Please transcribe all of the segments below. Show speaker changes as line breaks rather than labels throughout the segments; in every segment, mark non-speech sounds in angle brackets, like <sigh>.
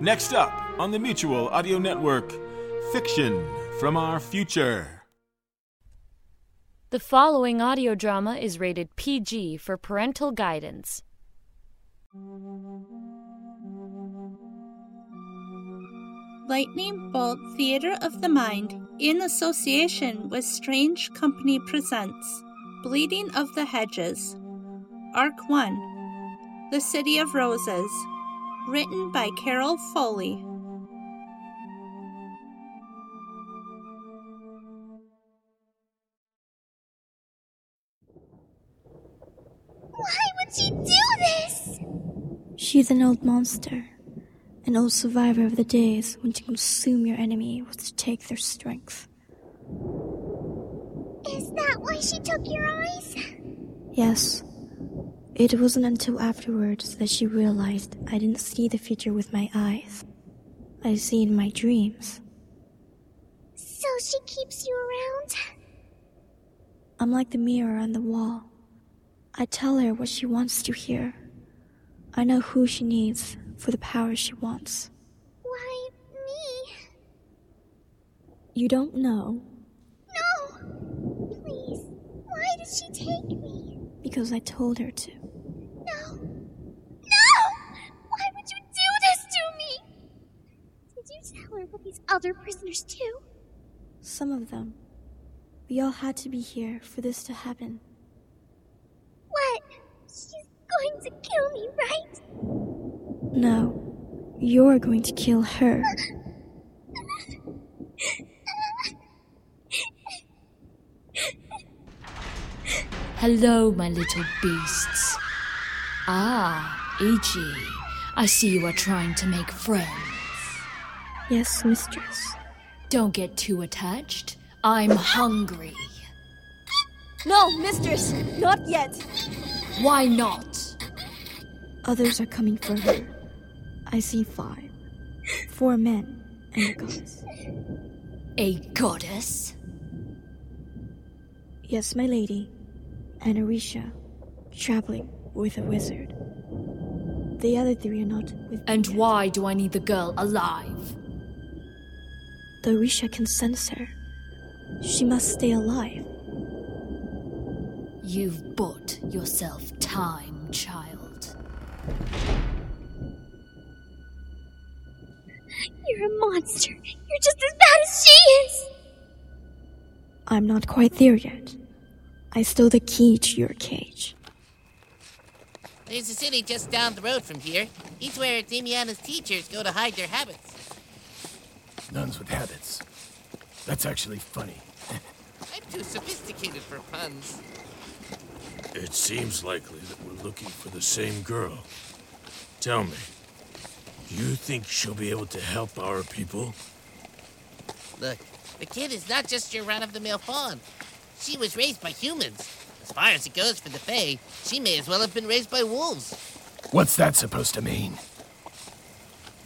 Next up on the Mutual Audio Network, Fiction from Our Future.
The following audio drama is rated PG for parental guidance.
Lightning Bolt Theater of the Mind, in association with Strange Company Presents Bleeding of the Hedges. Arc 1 The City of Roses. Written by Carol Foley.
Why would she do this?
She's an old monster, an old survivor of the days when to consume your enemy was to take their strength.
Is that why she took your eyes?
Yes, it wasn't until afterwards that she realized I didn't see the future with my eyes. I see in my dreams.
So she keeps you around?
I'm like the mirror on the wall. I tell her what she wants to hear. I know who she needs for the power she wants.
Why me?
You don't know
No! Please, why did she take me?
because I told her to.
No! No! Why would you do this to me? Did you tell her about these other prisoners too?
Some of them. We all had to be here for this to happen.
What? She's going to kill me, right? <laughs>
No, you're going to kill her.
Hello, my little beasts. Ah, Ichi, I see you are trying to make friends.
Yes, mistress.
Don't get too attached. I'm hungry.
No, mistress, not yet.
Why not?
Others are coming for her. I see five. Four men and a goddess.
A goddess?
Yes, my lady. And Orisha, traveling with a wizard. The other three are not with me
And
yet.
why do I need the girl alive?
The Orisha can sense her. She must stay alive.
You've bought yourself time, child.
You're a monster. You're just as bad as she is.
I'm not quite there yet. I stole the key to your cage.
There's a city just down the road from here. It's where Damiana's teachers go to hide their habits.
Nuns with habits. That's actually funny.
I'm too sophisticated for puns.
It seems likely that we're looking for the same girl. Tell me, do you think she'll be able to help our people?
Look, the kid is not just your run of the mill fawn. She was raised by humans. As far as it goes for the Fae, she may as well have been raised by wolves.
What's that supposed to mean?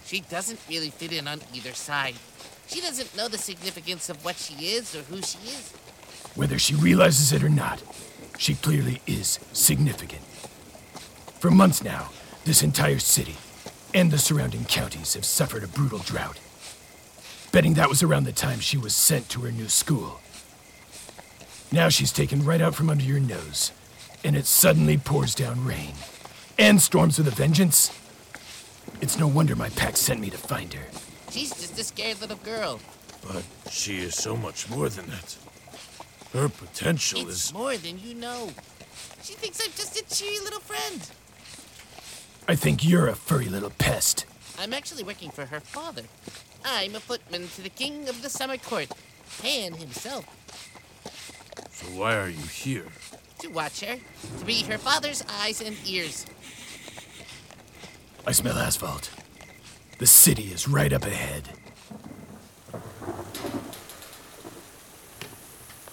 She doesn't really fit in on either side. She doesn't know the significance of what she is or who she is.
Whether she realizes it or not, she clearly is significant. For months now, this entire city and the surrounding counties have suffered a brutal drought. Betting that was around the time she was sent to her new school. Now she's taken right out from under your nose, and it suddenly pours down rain and storms with a vengeance. It's no wonder my pack sent me to find her.
She's just a scared little girl.
But she is so much more than that. Her potential
It's more than you know. She thinks I'm just a cheery little friend.
I think you're a furry little pest.
I'm actually working for her father. I'm a footman to the king of the summer court, Pan himself,
So why are you here?
to watch her, to be her father's eyes and ears.
I smell asphalt. The city is right up ahead.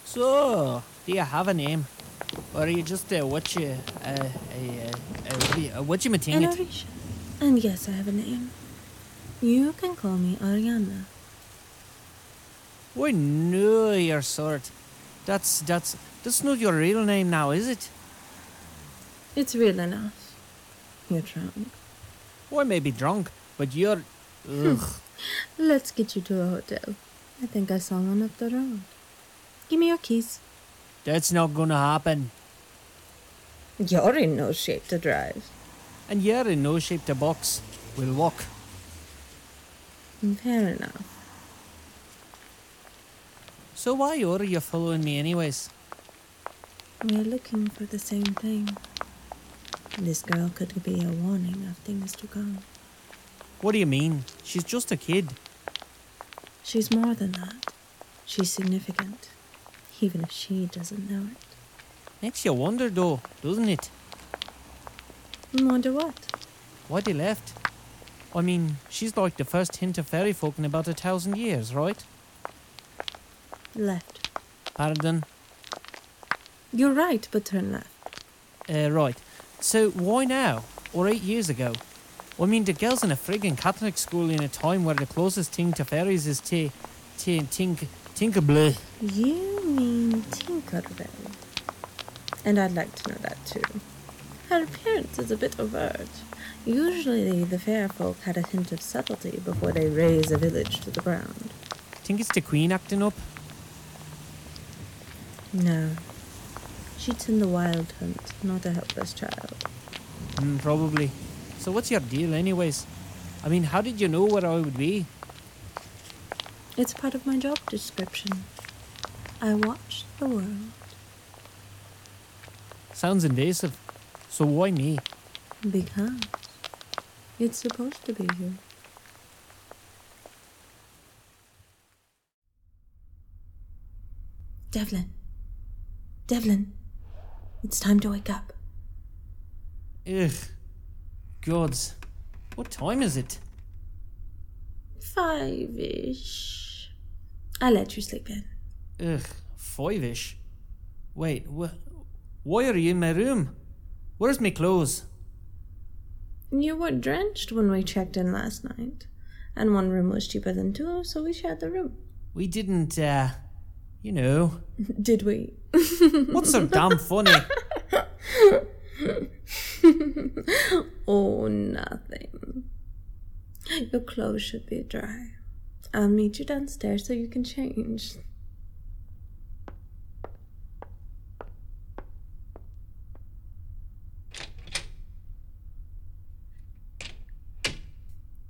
So, do you have a name? Or are you just a what you, uh, a, a, a, a what you
And
it?
Arisha. And yes, I have a name. You can call me Ariana.
We knew your sort. That's, that's, that's not your real name now, is it?
It's real enough. You're drunk.
Or maybe drunk, but you're,
Ugh.
Let's get you to a hotel. I think I saw one up the road. Give me your keys.
That's not gonna happen.
You're in no shape to drive.
And you're in no shape to box. We'll walk.
Mm, Fair enough.
So why are you following me anyways?
We're looking for the same thing. This girl could be a warning of things to come.
What do you mean? She's just a kid.
She's more than that. She's significant, even if she doesn't know it.
Makes you wonder though, doesn't it?
Wonder what?
Why they left? I mean, she's like the first hint of fairy folk in about a thousand years, right?
Left.
Pardon?
You're right, but turn left.
Uh, right. So why now? Or eight years ago? I mean, the girl's in a friggin' Catholic school in a time where the closest thing to fairies is to, to tink, Tinkerbell.
You mean Tinkerbell. And I'd like to know that too. Her appearance is a bit overt. Usually the fair folk had a hint of subtlety before they raise a village to the ground.
Think it's the queen acting up?
No. She's in the wild hunt, not a helpless child.
Mm, probably. So what's your deal, anyways? I mean, how did you know where I would be?
It's part of my job description. I watch the world
Sounds invasive. So why me?
because it's supposed to be you. Devlin. Devlin. It's time to wake up.
Ugh. Gods. What time is it?
Five ish. I let you sleep in.
Ugh. Five-ish. Wait, wh- why are you in my room? Where's my clothes?
You were drenched when we checked in last night, and one room was cheaper than two, so we shared the room.
We didn't, uh, you know.
<laughs> Did we?
What's so damn funny?
<laughs> Oh, nothing. Your clothes should be dry. I'll meet you downstairs so you can change.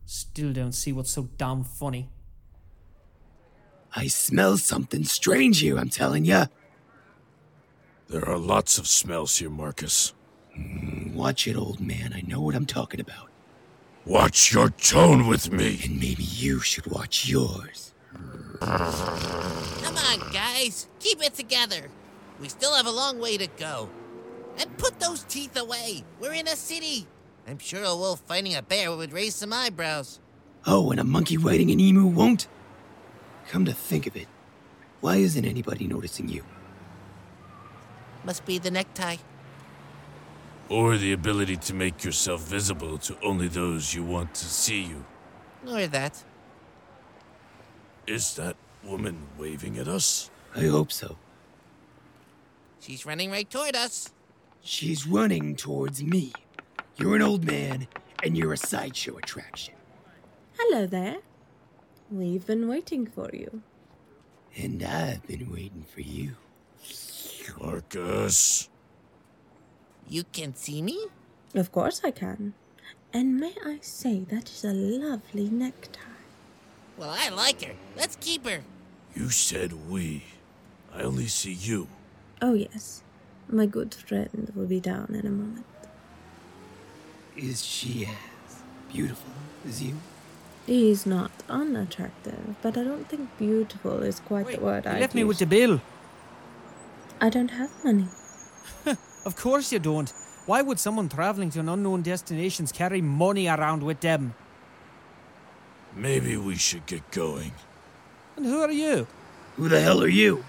Still don't see what's so damn funny.
I smell something strange here, I'm telling you.
There are lots of smells here, Marcus.
Watch it, old man. I know what I'm talking about.
Watch your tone with me.
And maybe you should watch yours.
Come on, guys. Keep it together. We still have a long way to go. And put those teeth away. We're in a city. I'm sure a wolf fighting a bear would raise some eyebrows.
Oh, and a monkey riding an emu won't? Come to think of it, why isn't anybody noticing you?
Must be the necktie.
Or the ability to make yourself visible to only those you want to see you.
Or that.
Is that woman waving at us?
I hope so.
She's running right toward us.
She's running towards me. You're an old man, and you're a sideshow attraction.
Hello there. We've been waiting for you.
And I've been waiting for you.
Marcus.
You can see me?
Of course I can. And may I say, that is a lovely necktie.
Well, I like her. Let's keep her.
You said we. I only see you.
Oh, yes. My good friend will be down in a moment.
Is she as beautiful as you?
He's not unattractive, but I don't think beautiful is quite the word
You
I
left me with
use.
the bill.
I don't have money.
Of course you don't. Why would someone traveling to an unknown destinations carry money around with them?
Maybe we should get going.
And who are you?
Who the hell are you?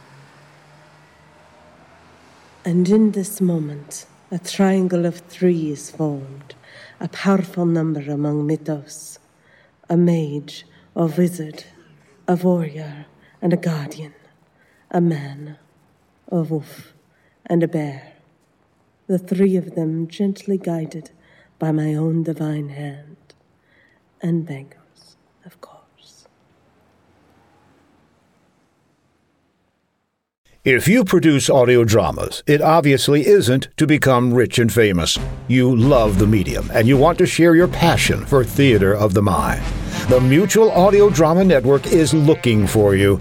And in this moment, a triangle of three is formed, a powerful number among mythos a mage, a wizard, a warrior, and a guardian, a man, a wolf, and a bear. The three of them gently guided by my own divine hand. And Bangos,
If you produce audio dramas, it obviously isn't to become rich and famous. You love the medium and you want to share your passion for theater of the mind. The Mutual Audio Drama Network is looking for you.